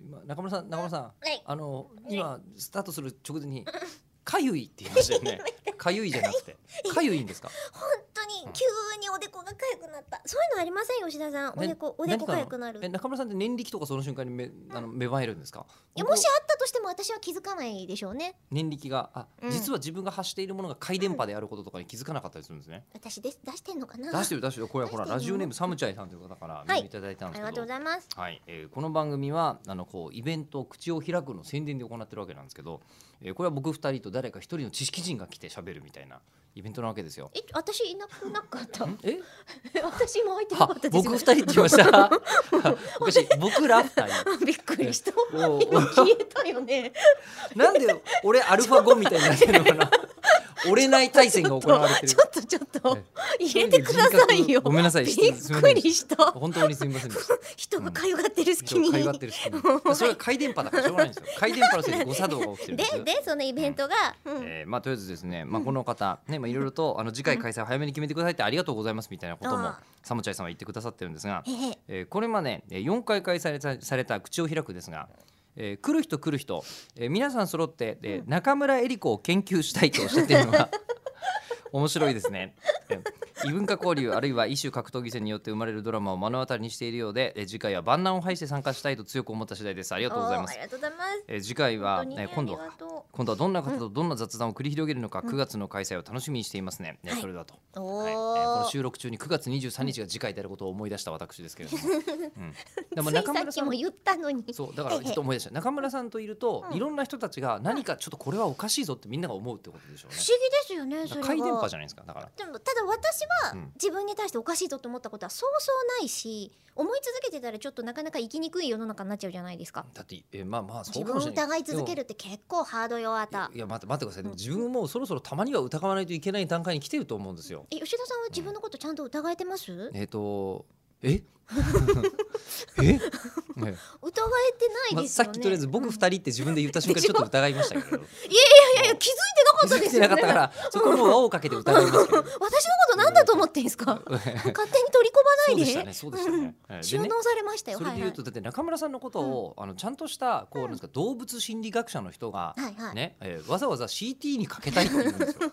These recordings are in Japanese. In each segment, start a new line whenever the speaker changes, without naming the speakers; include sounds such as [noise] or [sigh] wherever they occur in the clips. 今中村さん中村さん
はい
あの今スタートする直前にかゆいって言いましたよねかゆいじゃなくてかゆいんですか
本当に急におでこがかゆくなった。そういうのありません吉田さん。おでこおでこかゆくなる。
え
い
中村さんって年力とかその瞬間にめあの芽生えるんですか
やもしあったとしても私は気づかないでしょうね。
年力があ、
うん
実は自分が発しているものが回電波であることとかに気づかなかったりするんですね、
私です出してんのかな。
出してる出してるこれはほら
出して
ラ
るよ
ジオネームサムチャイさんという方からメールいただいたん
あ
で
り
す
が
けど、
とう
は
ご
い
ざいます。
えーこの番組はあのこうイベント口を開くの宣伝で行ってるわけなんですけど、えーこれは僕二人と誰か一人の知識人が来て喋るみたいなイベントなわけですよ。
え私いなくなか
[laughs]
った。
んえ
私も入ってな
あ
かったです
僕二人って言いました
[laughs]
おかしい僕ら二人
人。びっくりした。
おう
今消えたよね。
なんで俺アルファ5みたいになってるのかな折れない対戦が行われてる
ちょっとちょっと
え
入れてくださいよ。
ごめんな
[laughs]
さい
びっ
失礼すいま
く
せんで
りした。
本当にすみませんでした
人がかゆがってる隙
今日
に。
会
で
話ってるしそれは回電波だからしょうがないんですよ
[laughs]
回電波のせいで誤作動が起きてるんです
でそのイベントが。うん
えーまあ、とりあえずですね、まあ、この方、ねまあ、いろいろとあの次回開催を早めに決めてくださいってありがとうございますみたいなこと
あ
も
あ
サムチャイさんは言ってくださってるんですが、
ええ
えーこれまでえー4回開催されたされた口を開くですが、えー来る人来る人、えー皆さん揃って、えー中村江里子を研究したいとおっしゃっているの
[laughs]
が面白いですね。えー異文化交流あるいは異種格闘技戦によって生まれるドラマを目の当たりにしているようで、えー次回は万難を排して参加したいと強く思った次第です。ありがとうございま
おーあ
す。
りがとうございます。
えー次回は、
本当に
え
ね
ー今度
あり
は
がと
今度はどんな方とどんな雑談を繰り広げるのか、9月の開催を楽しみにしていますね。ねそれだと、
う
は
お
いえー
ー
この収録中に9月23日が次回であることを思い出した私ですけれ
[laughs]
ども、うんでも
つい
中
さっ
村
き
さん
も言ったのに。
そうだからちょっと思い出した中村さんといると、いろんな人たちが何かちょっとこれはおかしいぞってみんなが思うってことでしょう
不
ね
思議ですよね。
だ
そ
か
れ
ら回
は。
電波じゃないですかだから
でもただ私は
うん
自分に対しておかしいぞと思ったことはそうそうないし思い続けてたらちょっとなかなか生きにくい世の中になっちゃうじゃないですか
だって、えーまあまあそ
自
うか
分
もし
を
れない
疑い続ける
る
って結構ハードよあた
いや待って待ってくださいでも自分もそろそろたまには疑わないといけない段階に来てると思うんですよ
え吉田さんは自分のことちゃんと疑えてます、
えっ、と
[laughs]
え [laughs] え、ね
疑えてない
ま
で
あ、
す
さ
よね、
っきとりあえず僕二人って自分で言った瞬間
で
ち
し
ょ
ょ
っと疑いましたけど
いやいや気づいてなかった
気づ
で
い
す
て
よ
な
ね
かったからそこも輪をかけて疑いますけど
私のことなんだと思ってんすか勝手に取り
そ
込
う
ま
で
ないで
したねそうでしたね,えー、
うん
で
収
ね
納されましたよ
それで
はい
言
はいう
とだって中村さんのことを、あのちゃんとしたこうなんですか動物心理学者の人が、
はいはい
ねえーわざわざ CT にかけたいって言うんです
[laughs]
よ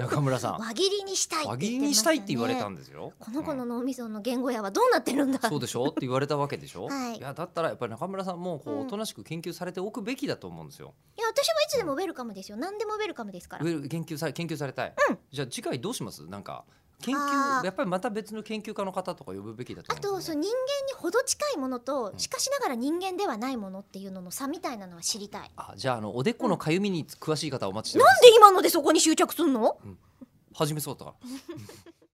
中村さん
輪切りにしたいって
輪
言ってましたね
切りにしたいって言われたんですよ
この子
う
の
ん
脳みその言語やはどうなってるんだ
そうでしょって言われたわけでしょ、
はい
やだったらやっぱり中村さんもこう
うん
おとなしく研究されておくべきだと思うんですよ、
いや私はいつでもウェルカムですよ何でもウェルカムですから
ウェル研究され研究されたい、じゃあ次回どうしますなんか研
あ
究
ー
やっぱりまた別の研究家の方とか呼ぶべきだと
あ
思うん
と
です
そ
よ
の
ね
人間にほど近いものと
うん
しかしながら人間ではないものっていうのの差みたいなのは知りたい
あじゃああのおでこのかゆみに詳しい方お待ちして
な
ます
んで今のでそこに執着すんの
始めそうだったから